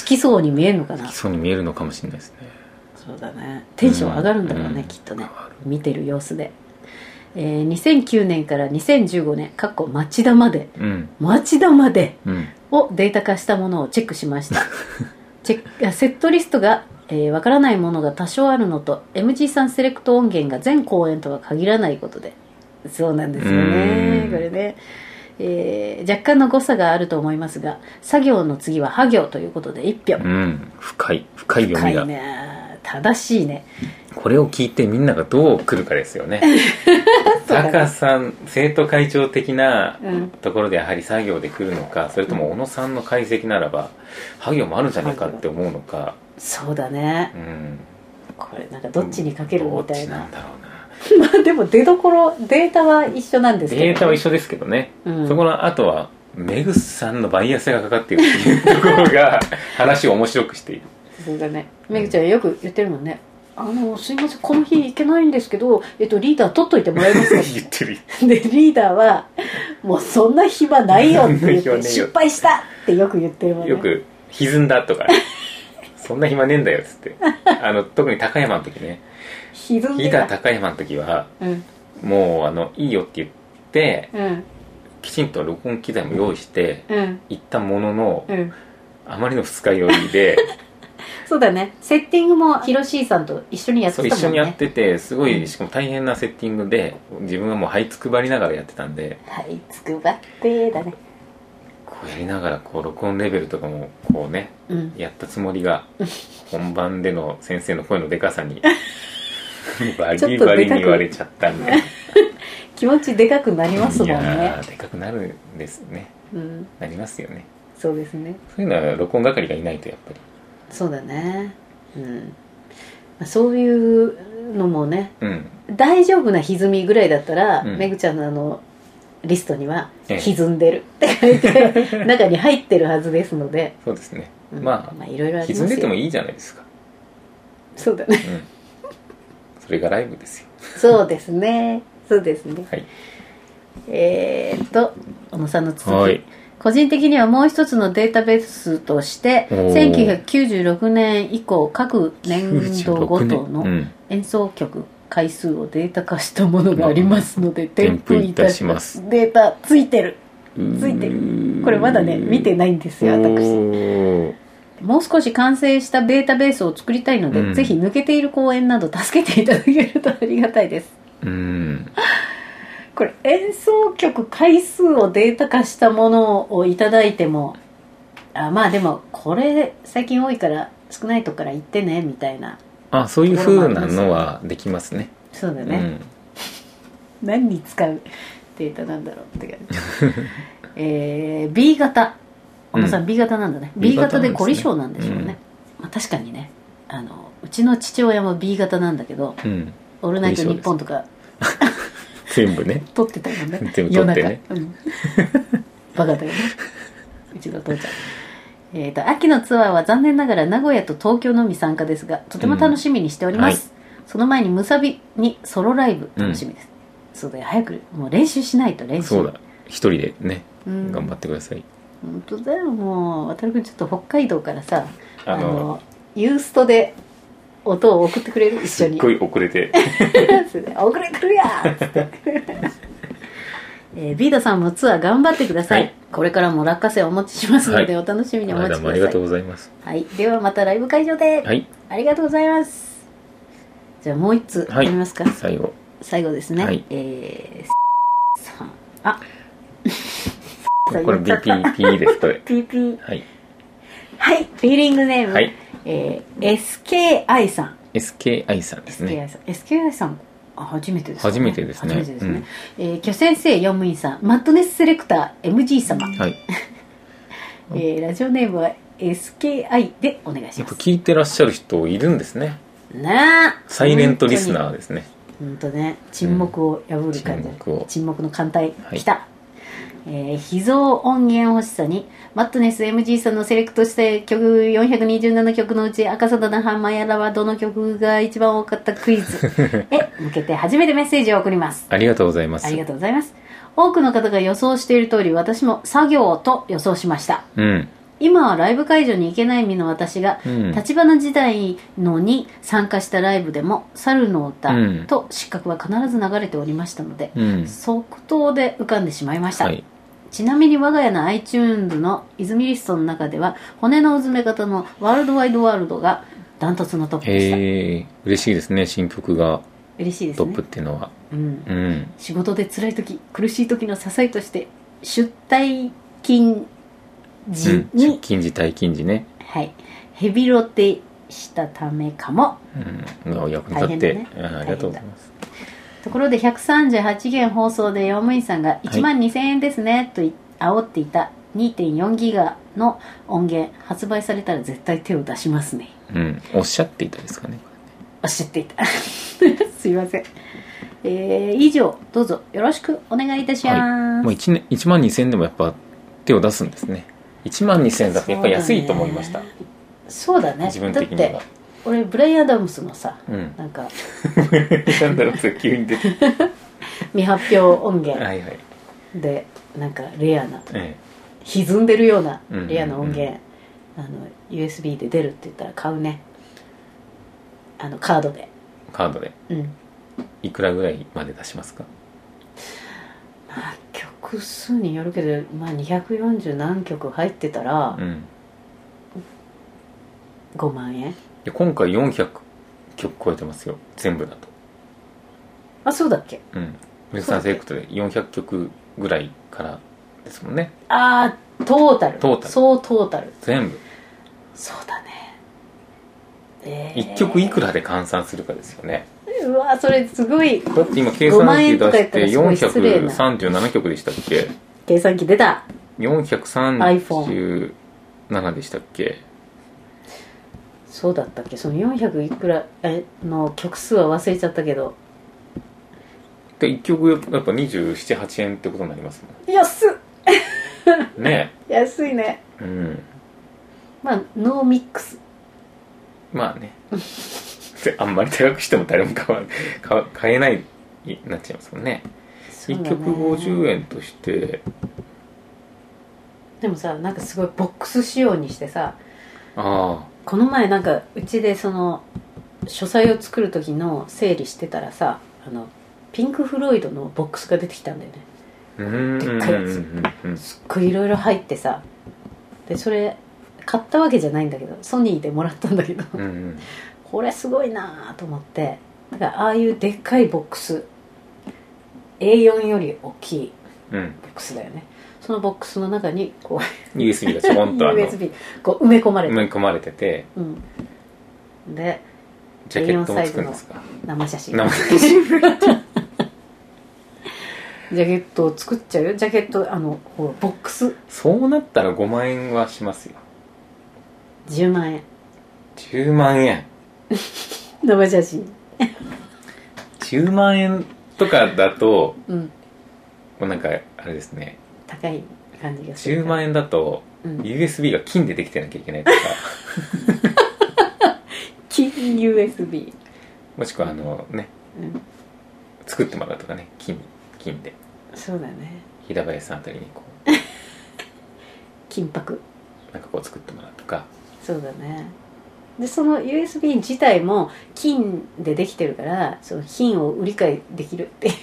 Speaker 2: きそうに見えるのかな
Speaker 3: 好きそうに見えるのかもしれないですね
Speaker 2: そうだねテンション上がるんだろうね、
Speaker 3: うん
Speaker 2: きっとね見てる様子で、えー2009年から2015年かっこ町田まで
Speaker 3: うん
Speaker 2: 町田まで
Speaker 3: うん
Speaker 2: をデータ化したものをチェックしました チェックあセットリストがえーわからないものが多少あるのと MG さんセレクト音源が全公演とは限らないことでそうなんですよね
Speaker 3: うん
Speaker 2: これね、えー若干の誤差があると思いますが作業の次は破行ということで1票、
Speaker 3: うん深い深い読
Speaker 2: 深
Speaker 3: みが
Speaker 2: いね正しいね
Speaker 3: これを聞いてみんながどう来るかですよね
Speaker 2: そうだね
Speaker 3: タカさん生徒会長的な
Speaker 2: うん
Speaker 3: ところでやはり作業で来るのかそれとも小野さんの解析ならば作業もあるんじゃないかって思うのか
Speaker 2: そうだね
Speaker 3: うん
Speaker 2: これなんかどっちにかけるみたい
Speaker 3: どっちな
Speaker 2: な、
Speaker 3: んだろうな
Speaker 2: まあでも出どころデータは一緒なんですけど
Speaker 3: データは一緒ですけどね、
Speaker 2: うん
Speaker 3: そこの後はメグスさんのバイアスがかかっているっていうところ が話を面白くしている
Speaker 2: そうだねめぐちゃんよく言ってるもんねあのすいませんこの日行けないんですけど、えっと、リーダー取っといてもらえますか
Speaker 3: 言っ てる
Speaker 2: でリーダーは「もうそんな暇ないよ」って言っ
Speaker 3: そんな暇ねえよ
Speaker 2: て「失敗した!」ってよく言ってるもんね
Speaker 3: よく「歪んだ」とか「そんな暇ねえんだよ」っつってあの特に高山の時ね
Speaker 2: 歪ん
Speaker 3: 飛
Speaker 2: で
Speaker 3: 騨
Speaker 2: た
Speaker 3: 高山の時は
Speaker 2: うん
Speaker 3: もうあのいいよって言って
Speaker 2: うん
Speaker 3: きちんと録音機材も用意して
Speaker 2: うん
Speaker 3: 行ったものの
Speaker 2: うん
Speaker 3: あまりの二日酔い で
Speaker 2: そうだねセッティングもヒロシーさんと一緒にやってた
Speaker 3: そう
Speaker 2: もんね
Speaker 3: 一緒にやっててすご
Speaker 2: う
Speaker 3: い
Speaker 2: ん
Speaker 3: しかも大変なセッティングで自分はもう這いつくばりながらやってたんで
Speaker 2: はいつくばってだね
Speaker 3: こうやりながらこう録音レベルとかもこうね
Speaker 2: うん
Speaker 3: やったつもり が本番での先生の声のでかさにバ
Speaker 2: ちょ
Speaker 3: リ
Speaker 2: っと
Speaker 3: バ
Speaker 2: で
Speaker 3: リ
Speaker 2: かく
Speaker 3: に言われちゃったんで
Speaker 2: 気持ちでかくなりますもん
Speaker 3: い
Speaker 2: ね
Speaker 3: やーでかくなるんですね
Speaker 2: うん
Speaker 3: なりますよね
Speaker 2: そうですね
Speaker 3: そういうのは録音係がいないとやっぱり
Speaker 2: そうだねうんまあそういうのもね
Speaker 3: うん
Speaker 2: 大丈夫な歪みぐらいだったら、
Speaker 3: うん
Speaker 2: めぐちゃんのあのリストには「
Speaker 3: ええ
Speaker 2: 歪んでる」って書い て中に入ってるはずですので、
Speaker 3: そうですね
Speaker 2: うん
Speaker 3: まあ
Speaker 2: まあいろいろありますよ
Speaker 3: 歪んでてもいいじゃないですか
Speaker 2: そうだね
Speaker 3: うんそれがライブですよ
Speaker 2: そうですねそうですね
Speaker 3: はい
Speaker 2: えー、っと小野さんの続き、
Speaker 3: はい
Speaker 2: 個人的にはもう一つのデータベースとして
Speaker 3: おー
Speaker 2: 1996年以降各年度ごと
Speaker 3: う
Speaker 2: の
Speaker 3: ん
Speaker 2: 演奏曲回数をデータ化したものがありますので添付いたしますデータついてるついてるこれまだね見てないんですよ私
Speaker 3: おー
Speaker 2: もう少し完成したデータベースを作りたいので、
Speaker 3: うん
Speaker 2: ぜひ抜けている公演など助けていただけるとありがたいです
Speaker 3: うん
Speaker 2: これ演奏曲回数をデータ化したものをいただいてもあまあでもこれ最近多いから少ないとこから言ってねみたいな
Speaker 3: あそういう風なのはできますね
Speaker 2: そうだ
Speaker 3: う
Speaker 2: ね、
Speaker 3: ん
Speaker 2: 何に使うデータなんだろうって感じ えー、B 型小野さん、
Speaker 3: う
Speaker 2: B 型なんだね
Speaker 3: B
Speaker 2: B 型
Speaker 3: 型なんですね
Speaker 2: で凝り性なんでしょうねまあ、確かにねあのうちの父親も B 型なんだけど
Speaker 3: うん
Speaker 2: 「オールナイトニッポン」とか
Speaker 3: 全部ね
Speaker 2: 撮ってた もんね
Speaker 3: 全部撮ってね
Speaker 2: 夜中、うんバカ だよねうちの父ちゃんえー、と秋のツアーは残念ながら名古屋と東京のみ参加ですがとても楽しみにしております、その前にムサビにソロライブ楽しみです、そうだよ早くもう練習しないと練習
Speaker 3: そうだ一人でね
Speaker 2: うん、
Speaker 3: 頑張ってください
Speaker 2: 本当だよもう渡君ちょっと北海道からさ
Speaker 3: あ
Speaker 2: あ
Speaker 3: の
Speaker 2: のユーストで音を送ってくれる一
Speaker 3: す
Speaker 2: 緒
Speaker 3: っ
Speaker 2: に
Speaker 3: ごい遅れて
Speaker 2: それで 遅れてるやーっつって、 えービーダさんもツアー頑張ってください、
Speaker 3: はい
Speaker 2: これからも落花生お持ちしますので、
Speaker 3: は
Speaker 2: お楽しみにお
Speaker 3: 前
Speaker 2: 待
Speaker 3: 田
Speaker 2: ちく
Speaker 3: もあ
Speaker 2: だ
Speaker 3: り
Speaker 2: さ
Speaker 3: が
Speaker 2: い
Speaker 3: とうございます
Speaker 2: はい、ではまたライブ会場で、
Speaker 3: はい
Speaker 2: ありがとうございますじゃあもう一つ
Speaker 3: はい
Speaker 2: 読みますか、
Speaker 3: 最後
Speaker 2: 最後ですね、
Speaker 3: はい
Speaker 2: えー、さんあ さん
Speaker 3: これ
Speaker 2: 言っちゃった
Speaker 3: BPP ですこれ
Speaker 2: PP
Speaker 3: はい
Speaker 2: はいフィーリングネーム、
Speaker 3: はい
Speaker 2: えー、SKI さん
Speaker 3: SKI さんですね
Speaker 2: SKI さん、SKI さんあ初めてですか、
Speaker 3: 初めてです
Speaker 2: 初
Speaker 3: ね
Speaker 2: めてですね、えー巨先生読務員さんマットネスセレクター MG 様、
Speaker 3: はい
Speaker 2: えーラジオネームは SKI でお願いし
Speaker 3: やっ
Speaker 2: ま
Speaker 3: ぱ
Speaker 2: す
Speaker 3: 聞いてらっしゃる人いるんですね
Speaker 2: なあ
Speaker 3: サイレントリスナーですね
Speaker 2: 本当ね沈黙を破る感じ、
Speaker 3: 沈黙を
Speaker 2: 沈黙の艦隊、
Speaker 3: はい
Speaker 2: 来たえー、秘蔵音源欲しさにマットネス MG さんのセレクトして曲427曲のうち赤さだな浜やらはどの曲が一番多かったクイズへ向けて初めてメッセージを送ります
Speaker 3: ありがとうございます
Speaker 2: ありがとうございます。多くの方が予想している通り、私も作業と予想しました。
Speaker 3: うん
Speaker 2: 今はライブ会場に行けない身の私が、
Speaker 3: うん
Speaker 2: 立花時代のに参加したライブでも、猿の歌
Speaker 3: うん
Speaker 2: と失格は必ず流れておりましたので、
Speaker 3: うん
Speaker 2: 即答で浮かんでしまいました。
Speaker 3: はい
Speaker 2: ちなみに我が家の iTunes の泉リストの中では、骨のうずめ方のワールドワイドワールドがダントツのトップでした。
Speaker 3: へえ嬉しいですね新曲が
Speaker 2: 嬉しいです
Speaker 3: ト
Speaker 2: ね
Speaker 3: ップっ。ていうのは
Speaker 2: うん
Speaker 3: うん
Speaker 2: 仕事で辛い時苦しい時の支えとして出退勤
Speaker 3: う
Speaker 2: 時
Speaker 3: ん
Speaker 2: に、
Speaker 3: 出勤時退勤時ね
Speaker 2: はい、ヘビロテしたためかも
Speaker 3: うんお役に立って、
Speaker 2: 大変だ
Speaker 3: うんありがとうございます
Speaker 2: ところで138元放送で用務員さんが1万2000円ですねとい煽っていた2.4ギガの音源発売されたら絶対手を出しますね
Speaker 3: うんおっしゃっていたですかね
Speaker 2: おっしゃっていた すいませんえー、以上どうぞよろしくお願いいたしま
Speaker 3: もう
Speaker 2: す、
Speaker 3: 1, 年1万2000でもやっぱ手を出すんですね1万2000だってやっぱ安いと思いました、
Speaker 2: そうだね
Speaker 3: 自分
Speaker 2: だっ
Speaker 3: 的に
Speaker 2: て
Speaker 3: は
Speaker 2: 俺ブライアン・アダムスのさ
Speaker 3: うん
Speaker 2: なんか
Speaker 3: なんだろうそれ急に出て
Speaker 2: 未発表音
Speaker 3: は
Speaker 2: 源
Speaker 3: いはい
Speaker 2: でなんかレアな
Speaker 3: え
Speaker 2: 歪んでるような
Speaker 3: うん
Speaker 2: レアな音源あの USB で出るって言ったら買うねあのカードで
Speaker 3: えカードで
Speaker 2: うん
Speaker 3: いくらぐらいまで出しますか
Speaker 2: まあ曲数によるけど、まあ、240何曲入ってたら
Speaker 3: うん
Speaker 2: 5万円
Speaker 3: で今回400曲超えてますよ全部だと
Speaker 2: あそうだっけ
Speaker 3: うんウェスタンセレクトで400曲ぐらいからですもんね
Speaker 2: ああトータル
Speaker 3: トータル
Speaker 2: そうトータル
Speaker 3: 全部
Speaker 2: そうだねえー
Speaker 3: 1曲いくらで換算するかですよね
Speaker 2: うわそれすごい
Speaker 3: だって今計算機出し
Speaker 2: 5万
Speaker 3: て
Speaker 2: 円とかやったらすごい失礼な
Speaker 3: 437曲でしたっけ
Speaker 2: 計算機出た
Speaker 3: 437でしたっけ
Speaker 2: そうだったっけその400いくらえの曲数は忘れちゃったけど
Speaker 3: で1曲やっぱ278円ってことになります
Speaker 2: 安っ
Speaker 3: もんね
Speaker 2: 安いね
Speaker 3: えうん
Speaker 2: まあノーミックス
Speaker 3: まあね であんまり高くしても誰も買わ 買わ買えないになっちゃいますもんね
Speaker 2: そうだ
Speaker 3: 1
Speaker 2: ね
Speaker 3: 曲50円として
Speaker 2: でもさなんかすごいボックス仕様にしてさ
Speaker 3: あ
Speaker 2: この前なんかうちでその書斎を作る時の整理してたらさあのピンク・フロイドのボックスが出てきたんだよね
Speaker 3: あうんうんうんうん
Speaker 2: すっごいいろいろ入ってさでそれ買ったわけじゃないんだけどソニーでもらったんだけど
Speaker 3: うんうん
Speaker 2: これすごいなぁと思ってだからああいうでっかいボックス A4 より大きい
Speaker 3: うん
Speaker 2: ボックスだよねそのボックスの中にこう
Speaker 3: USB がちょこんとあの
Speaker 2: USB こう埋め込まれ
Speaker 3: 埋
Speaker 2: て
Speaker 3: め込まれてて
Speaker 2: うんで
Speaker 3: ジャケットもつくんですか
Speaker 2: 生写真
Speaker 3: 生
Speaker 2: ジャケットを作っちゃうよジャケットあのほらボックス
Speaker 3: そうなったら5万円はしますよ
Speaker 2: 10万円
Speaker 3: 10万円
Speaker 2: 生写真
Speaker 3: 10万円とかだと
Speaker 2: うん
Speaker 3: もうなんかあれですね
Speaker 2: 高い感じがする
Speaker 3: 10万円だと
Speaker 2: 円、うん、
Speaker 3: USB が金でできてなきゃいけない とか
Speaker 2: 金 USB
Speaker 3: もしくはあのね
Speaker 2: うん
Speaker 3: 作ってもらうとかね金金で
Speaker 2: そうだね
Speaker 3: 平林さんあたりにこ
Speaker 2: 金箔
Speaker 3: うなんかこう作ってもらうとか
Speaker 2: そうだねでその USB 自体も金でできてるからその金を売り買いできる っていう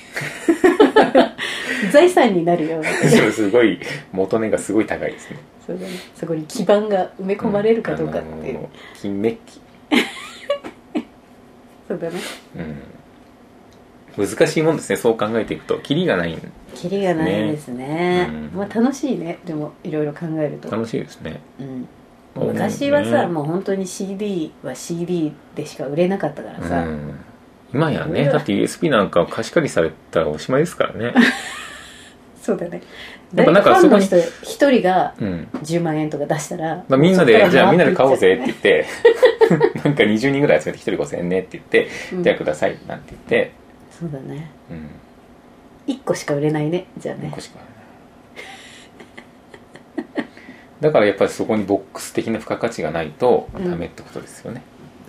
Speaker 2: 財産になるような
Speaker 3: それすごい元値がすごい高いですね
Speaker 2: そうだねそこに基盤が埋め込まれるかどうかっていう、
Speaker 3: うんあの金メッキ
Speaker 2: そうだね
Speaker 3: うん難しいもんですねそう考えていくとキリがない
Speaker 2: キリがないですね
Speaker 3: ねうん
Speaker 2: まあ楽しいねでもいろいろ考えると、
Speaker 3: 楽しいですね
Speaker 2: うん、昔はさ、もう本当に CD は CD でしか売れなかったから
Speaker 3: う
Speaker 2: さ、
Speaker 3: ん、今やねだって USB なんか貸し借りされたらおしまいですから ね
Speaker 2: そうだね
Speaker 3: やっ
Speaker 2: 誰
Speaker 3: ぱなん
Speaker 2: か
Speaker 3: か
Speaker 2: ファ
Speaker 3: そ
Speaker 2: ン
Speaker 3: こ
Speaker 2: の
Speaker 3: に
Speaker 2: 人一人が
Speaker 3: うん
Speaker 2: 10万円とか出したら
Speaker 3: まあみんなで、じゃあみんなで買おうぜって
Speaker 2: も
Speaker 3: 言って、 なんか20人ぐらい集めて1人5000円ねって言って、
Speaker 2: そっから回っていっちゃうね
Speaker 3: じゃあくださいなんて言って、
Speaker 2: うんそうだね
Speaker 3: うん、
Speaker 2: 1個しか売れないねじゃあね
Speaker 3: こしかないだからやっぱりそこにボックス的な付加価値がないとダメってことですよね、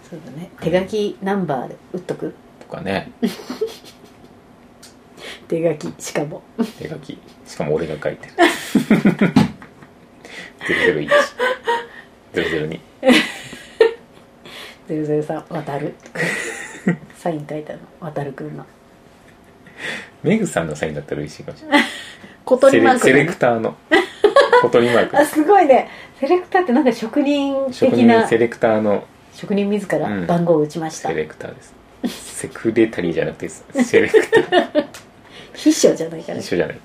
Speaker 2: そうだね手書きナンバーで打っとく
Speaker 3: とかね
Speaker 2: 手書きしかも
Speaker 3: 手書きしかも俺が書い てる001002
Speaker 2: 003渡 るサイン書いたの渡るくんの
Speaker 3: メグさんのサインだったら嬉しいかもしれない
Speaker 2: 小鳥マーク
Speaker 3: セ
Speaker 2: だね
Speaker 3: レセレクタ ーの小鳥マーク
Speaker 2: あすごいねセレクターってなんか職人
Speaker 3: 職
Speaker 2: 的な
Speaker 3: 人セレクターの
Speaker 2: 職人自
Speaker 3: う
Speaker 2: ら
Speaker 3: ん
Speaker 2: 番号を打ちました、
Speaker 3: セレクターですセクレタリーじゃなくてセレクタ ー
Speaker 2: 筆書じゃないから
Speaker 3: 一緒じゃない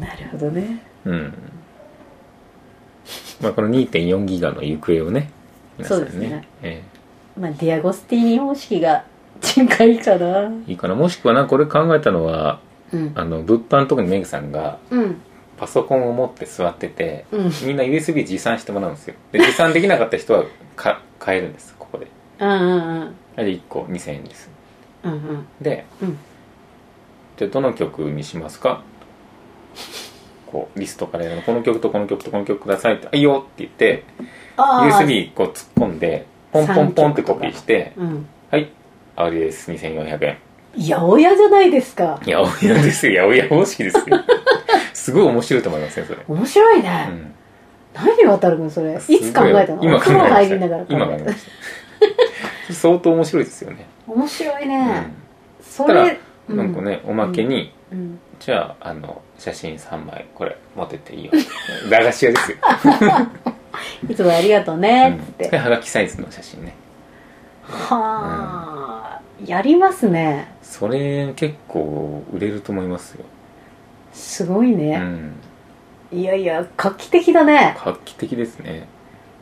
Speaker 2: なるほどね
Speaker 3: うんまあこの2.4ギガの行方をね皆さん
Speaker 2: そうですね
Speaker 3: え
Speaker 2: まあディアゴスティーニ方式が 展開かな
Speaker 3: えいいかなもしくはなこれ考えたのは
Speaker 2: うん
Speaker 3: あの物販特にメグさんが
Speaker 2: うん
Speaker 3: パソコンを持って座ってて
Speaker 2: うん
Speaker 3: みんな USB 持参してもらうんですよで持参できなかった人はか買えるんですここで
Speaker 2: うんうん
Speaker 3: あれ1個2000円です
Speaker 2: うんうん
Speaker 3: で、
Speaker 2: うん
Speaker 3: じゃあどの曲にしますかこうリストから選ぶこの曲とこの曲とこの曲くださいって「あいいよ」って言って
Speaker 2: ああ
Speaker 3: USB こう突っ込んでポンポンポンってコピーして
Speaker 2: うん
Speaker 3: 「はいあれです2400円」
Speaker 2: 八百屋じゃないですか
Speaker 3: いやおやですよやおや方式ですよすごい面白いと思いますねそれ、
Speaker 2: 面白いうね、
Speaker 3: ん
Speaker 2: 何渡るくんそれいつ考えたの
Speaker 3: 今
Speaker 2: お
Speaker 3: 考
Speaker 2: 風呂
Speaker 3: えま
Speaker 2: 入
Speaker 3: し
Speaker 2: りなが
Speaker 3: た
Speaker 2: ら考
Speaker 3: 今考
Speaker 2: え
Speaker 3: え
Speaker 2: た
Speaker 3: ました相当面白いですよね、
Speaker 2: 面白いね、
Speaker 3: う
Speaker 2: そ
Speaker 3: ただ
Speaker 2: れ
Speaker 3: ん、なんかねおまけに、
Speaker 2: うん
Speaker 3: じゃああの写真3枚これ持ってっていいよ駄菓子屋ですよ、
Speaker 2: いつもありがとう
Speaker 3: う
Speaker 2: ねっつっ
Speaker 3: ん、
Speaker 2: て、
Speaker 3: ではがきサイズの写真ね
Speaker 2: はあ、やりますね
Speaker 3: それ結構売れると思いますよ、
Speaker 2: すごいうね、
Speaker 3: ん、
Speaker 2: いやいや画期的だね
Speaker 3: 画期的ですね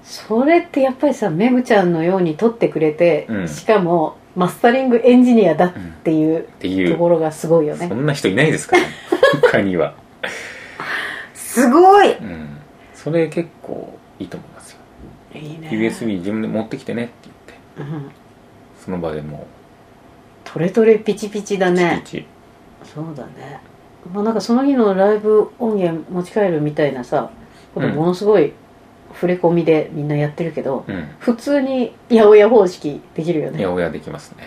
Speaker 2: それってやっぱりさめぐちゃんのように撮ってくれて、
Speaker 3: うん
Speaker 2: しかもマスタリングエンジニアだっ
Speaker 3: うん
Speaker 2: ていう
Speaker 3: ってい
Speaker 2: と
Speaker 3: う
Speaker 2: ころがすごいよね
Speaker 3: そ、んな人いないで すから、他には、
Speaker 2: すごい
Speaker 3: うん、それ結構いいと思いますよ
Speaker 2: えいいね
Speaker 3: USB 自分で持ってきてねって言って
Speaker 2: うん
Speaker 3: その場でも
Speaker 2: トレトレピチピチだ
Speaker 3: う
Speaker 2: ね
Speaker 3: チピチ
Speaker 2: そうだねもうなんかその日のライブ音源持ち帰るみたいなさこと
Speaker 3: うん
Speaker 2: ものすごい触れ込みでみんなやってるけど、
Speaker 3: うん
Speaker 2: 普通に八百屋方式できるよ
Speaker 3: 八
Speaker 2: ね
Speaker 3: 百屋できますね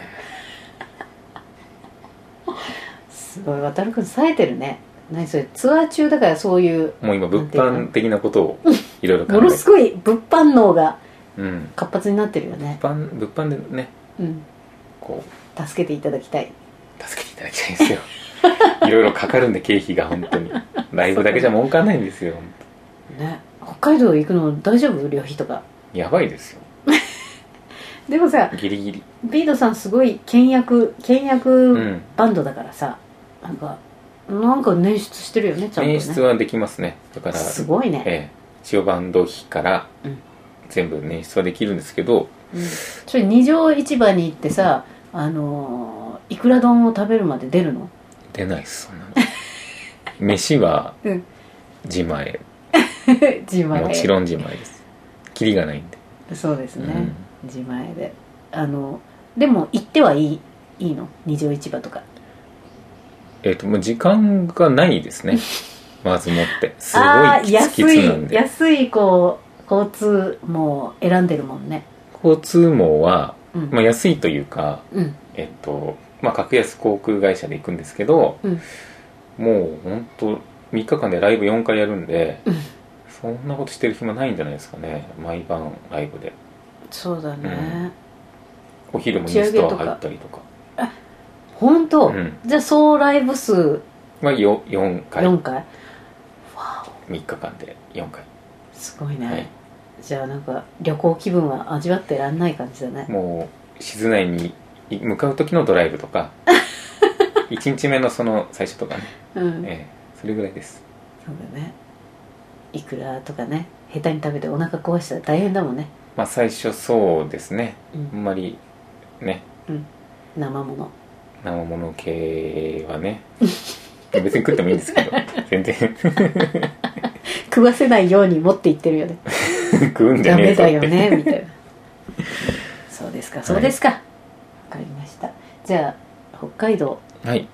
Speaker 2: すごい渡るくん冴えてるね何それツアー中だからそういう
Speaker 3: もう今物販的なことをいろいろ考
Speaker 2: もの
Speaker 3: え
Speaker 2: すごい物販脳が
Speaker 3: て、うん、
Speaker 2: 活発になってるよね
Speaker 3: 物販物販でね
Speaker 2: うん
Speaker 3: こ
Speaker 2: 助けていただきたいう
Speaker 3: 助けていただきたい んですよいろいろかかるんで経費が本当にライブだけじゃ儲かんないんですよ
Speaker 2: ね北海道行くの大丈夫旅費とか
Speaker 3: やばいですよ
Speaker 2: でもさ
Speaker 3: ギリギリ
Speaker 2: ビードさんすごい倹約倹約
Speaker 3: うん
Speaker 2: バンドだからさなんかなんか捻出してるよねちゃんとね
Speaker 3: 演出はできますねだから
Speaker 2: すごいね、
Speaker 3: ええ塩バンド費から
Speaker 2: うん
Speaker 3: 全部捻出はできるんですけど、
Speaker 2: うんそれ二条市場に行ってさあのーいくら丼を食べるまで出る の
Speaker 3: 出ないっすそん なの飯は
Speaker 2: うん
Speaker 3: 自前、
Speaker 2: 自前
Speaker 3: もちろん自前ですキリがないんで、
Speaker 2: そうですね、
Speaker 3: うん
Speaker 2: 自前であのでも行ってはいいいいの二条市場とか
Speaker 3: えっ、ともう時間がないで すねまずもってすご
Speaker 2: あ
Speaker 3: い
Speaker 2: あ
Speaker 3: キツキツなん
Speaker 2: ー安い
Speaker 3: で
Speaker 2: 安いこう交通も選んでるもんね
Speaker 3: 交通網は、
Speaker 2: うん、
Speaker 3: まあ、安いというか
Speaker 2: うん
Speaker 3: えっ、とまあ格安航空会社で行くんですけど、
Speaker 2: うん
Speaker 3: もうほんと3日間でライブ4回やるんで、
Speaker 2: うん
Speaker 3: そんなことしてる暇ないんじゃないですかね毎晩ライブで
Speaker 2: そうだね、
Speaker 3: うんお昼もニストア入ったりとか
Speaker 2: 本当、
Speaker 3: うん
Speaker 2: じゃあ総ライブ数
Speaker 3: まあ、よ4回
Speaker 2: 4回、
Speaker 3: 3日間で4回、
Speaker 2: すごいね、
Speaker 3: はい
Speaker 2: じゃあなんか旅行気分は味わってらんない感じだね
Speaker 3: もう静内に向かう時のドライブ とか1日目のその最初とかね、
Speaker 2: うん
Speaker 3: ええそれぐらいです
Speaker 2: そうだねいくらとかね下手に食べてお腹壊したら大変だもんね、
Speaker 3: まあ最初そうですね
Speaker 2: う
Speaker 3: あ
Speaker 2: ん、
Speaker 3: んまりね
Speaker 2: 生もの
Speaker 3: 生もの系はね別に食ってもいいんです けど全然
Speaker 2: 食わせないように持っていってるよね
Speaker 3: 食うんじゃ
Speaker 2: ダ
Speaker 3: ね
Speaker 2: メ
Speaker 3: えぞ
Speaker 2: だよ ねみたいなそうですかそうですか、わかりましたじゃあ北海道
Speaker 3: はい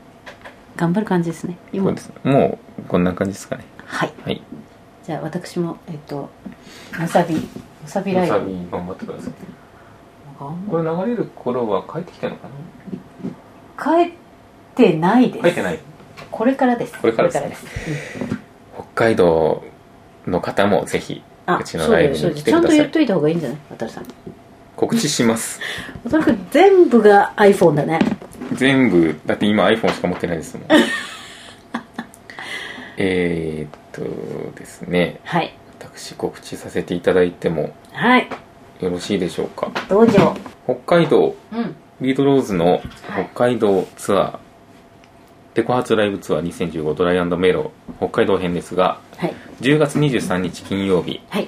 Speaker 2: 頑張る感じですね
Speaker 3: そ
Speaker 2: 今
Speaker 3: うですもうこんな感じですかね
Speaker 2: はい
Speaker 3: はい
Speaker 2: じゃあ私もえっとむさびむさびライブ
Speaker 3: 頑張ってください
Speaker 2: 頑
Speaker 3: これ流れる頃は帰ってきたのかな
Speaker 2: 張る帰ってないです
Speaker 3: 帰ってない
Speaker 2: これからです
Speaker 3: これからですね
Speaker 2: す
Speaker 3: 北海道の方もぜひ
Speaker 2: あ
Speaker 3: うちの
Speaker 2: そうだよ
Speaker 3: ライブに来て
Speaker 2: そうだよちゃ
Speaker 3: ください
Speaker 2: んと言っといた方がいいんじゃない渡さん
Speaker 3: 告知 します
Speaker 2: 渡くん全部が iPhone だね
Speaker 3: 全部だって今 iPhone しか持ってないですもん えーっとですね
Speaker 2: はい
Speaker 3: 私告知させていただいても
Speaker 2: はい
Speaker 3: よろしいでしょうか
Speaker 2: どうぞ
Speaker 3: 北海道
Speaker 2: うん
Speaker 3: ビートローズの北海道ツアーテコ発ライブツアー2015ドライメロ北海道編ですが
Speaker 2: はい
Speaker 3: 10月23日金曜日
Speaker 2: はい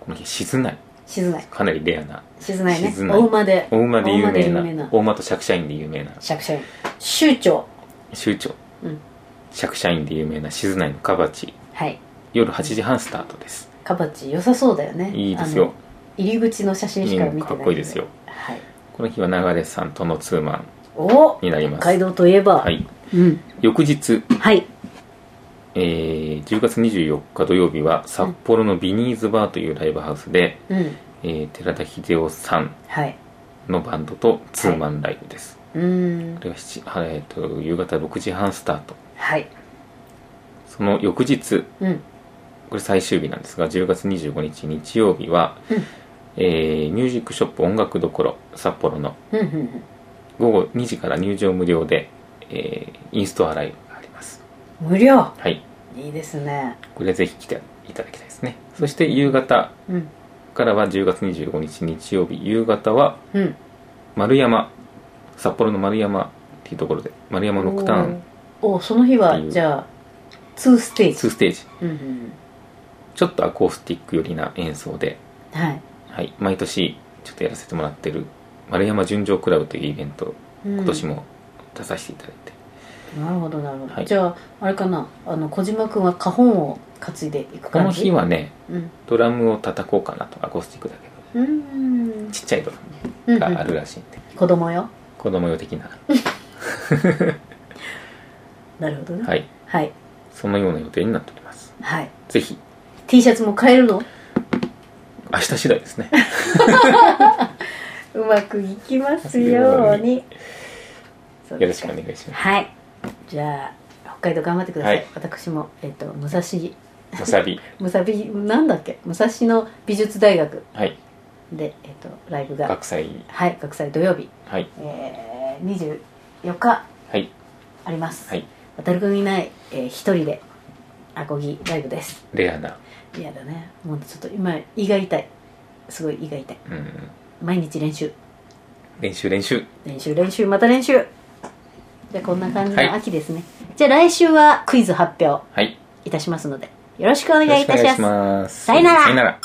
Speaker 3: この日静内
Speaker 2: 静内
Speaker 3: かなりレアな
Speaker 2: 静内ね
Speaker 3: 静内
Speaker 2: お馬で
Speaker 3: 大馬で有
Speaker 2: 大馬
Speaker 3: 名
Speaker 2: で有名
Speaker 3: な
Speaker 2: な
Speaker 3: 大馬と釈迦院で有名な
Speaker 2: シャクシャク州長
Speaker 3: 州長
Speaker 2: うん
Speaker 3: 釈迦院で有名な静内のカバチ
Speaker 2: はい
Speaker 3: 夜8時半スタートです
Speaker 2: カバチ良さそうだよね
Speaker 3: いいですよ
Speaker 2: あの入り口の写真しか見てないけど
Speaker 3: うんかっこいいですよ
Speaker 2: はい
Speaker 3: この日は流れさんとのツーマン
Speaker 2: お
Speaker 3: になりま
Speaker 2: 北
Speaker 3: す
Speaker 2: 海道といえば
Speaker 3: は
Speaker 2: はい、
Speaker 3: い
Speaker 2: うん
Speaker 3: 翌日、
Speaker 2: はい
Speaker 3: えー10月24日土曜日は札幌のビニーズバーというライブハウスで、
Speaker 2: うん
Speaker 3: えー寺田秀夫さん
Speaker 2: はい
Speaker 3: のバンドとツーマンライブです、
Speaker 2: うーん
Speaker 3: これは7はえーと夕方6時半スタート
Speaker 2: はい
Speaker 3: その翌日
Speaker 2: うん
Speaker 3: これ最終日なんですが10月25日日曜日は、
Speaker 2: うん
Speaker 3: えーミュージックショップ音楽どころ札幌の
Speaker 2: うんうんうん
Speaker 3: 午後2時から入場無料で、えーインストアライブがあります
Speaker 2: 無料
Speaker 3: はい
Speaker 2: いいですね
Speaker 3: これぜひ来ていただきたいですねそして夕方
Speaker 2: うん
Speaker 3: からは10月25日日曜日夕方は
Speaker 2: うん
Speaker 3: 丸山札幌の丸山っていうところで丸山ロックターン
Speaker 2: おその日
Speaker 3: っ
Speaker 2: は
Speaker 3: ていう
Speaker 2: じゃあ2ステー
Speaker 3: 2
Speaker 2: ジ
Speaker 3: ステージ
Speaker 2: うんうん
Speaker 3: ちょっとアコースティック寄りな演奏で、
Speaker 2: うんはい
Speaker 3: はい、毎年ちょっとやらせてもらってる丸山純情クラブというイベント
Speaker 2: 今
Speaker 3: 今年も出させていただいて、
Speaker 2: うなるほどなるほど、
Speaker 3: はい
Speaker 2: じゃああれかなあの小島君は花本を担いでいく
Speaker 3: こ
Speaker 2: 感
Speaker 3: の
Speaker 2: じ
Speaker 3: 日はね
Speaker 2: うん
Speaker 3: ドラムを叩こうかなとアコースティックだけど
Speaker 2: うーん
Speaker 3: ちっちゃいドラ
Speaker 2: うんう
Speaker 3: ムがあ
Speaker 2: ん
Speaker 3: るらしいんで、
Speaker 2: 子供よ
Speaker 3: 子供用的な
Speaker 2: なるほどね
Speaker 3: はい
Speaker 2: はい、
Speaker 3: そのような予定になっております
Speaker 2: はい、
Speaker 3: ぜひ
Speaker 2: T シャツも買えるの
Speaker 3: 明日次第で すね
Speaker 2: うまくいきますようにそう
Speaker 3: よ
Speaker 2: で
Speaker 3: ろ
Speaker 2: す
Speaker 3: し
Speaker 2: か
Speaker 3: くお願いしま
Speaker 2: はいじゃあ北海道頑張ってください、
Speaker 3: はい
Speaker 2: 私も、えっと武蔵
Speaker 3: すむさび
Speaker 2: 武蔵なんだっけ武蔵野美術大学
Speaker 3: はい
Speaker 2: で、えっとライブが
Speaker 3: 学祭
Speaker 2: はい学祭土曜日、
Speaker 3: はい
Speaker 2: えー、24日
Speaker 3: はい
Speaker 2: あります、
Speaker 3: はい
Speaker 2: 渡るくんいない、えー、一人でアコギライブです
Speaker 3: レアな
Speaker 2: 嫌だねもうちょっと今胃が痛いすごい胃が痛い
Speaker 3: うん
Speaker 2: 毎日練習
Speaker 3: 練習練習
Speaker 2: 練習練習また練習じゃあこんな感じ
Speaker 3: はい
Speaker 2: の秋ですね、じゃあ来週はクイズ発表
Speaker 3: はい
Speaker 2: いたしますのでよろしくお願
Speaker 3: よろ
Speaker 2: い
Speaker 3: し
Speaker 2: い
Speaker 3: くお
Speaker 2: たし
Speaker 3: 願い
Speaker 2: ます
Speaker 3: します
Speaker 2: さよなら
Speaker 3: さよなら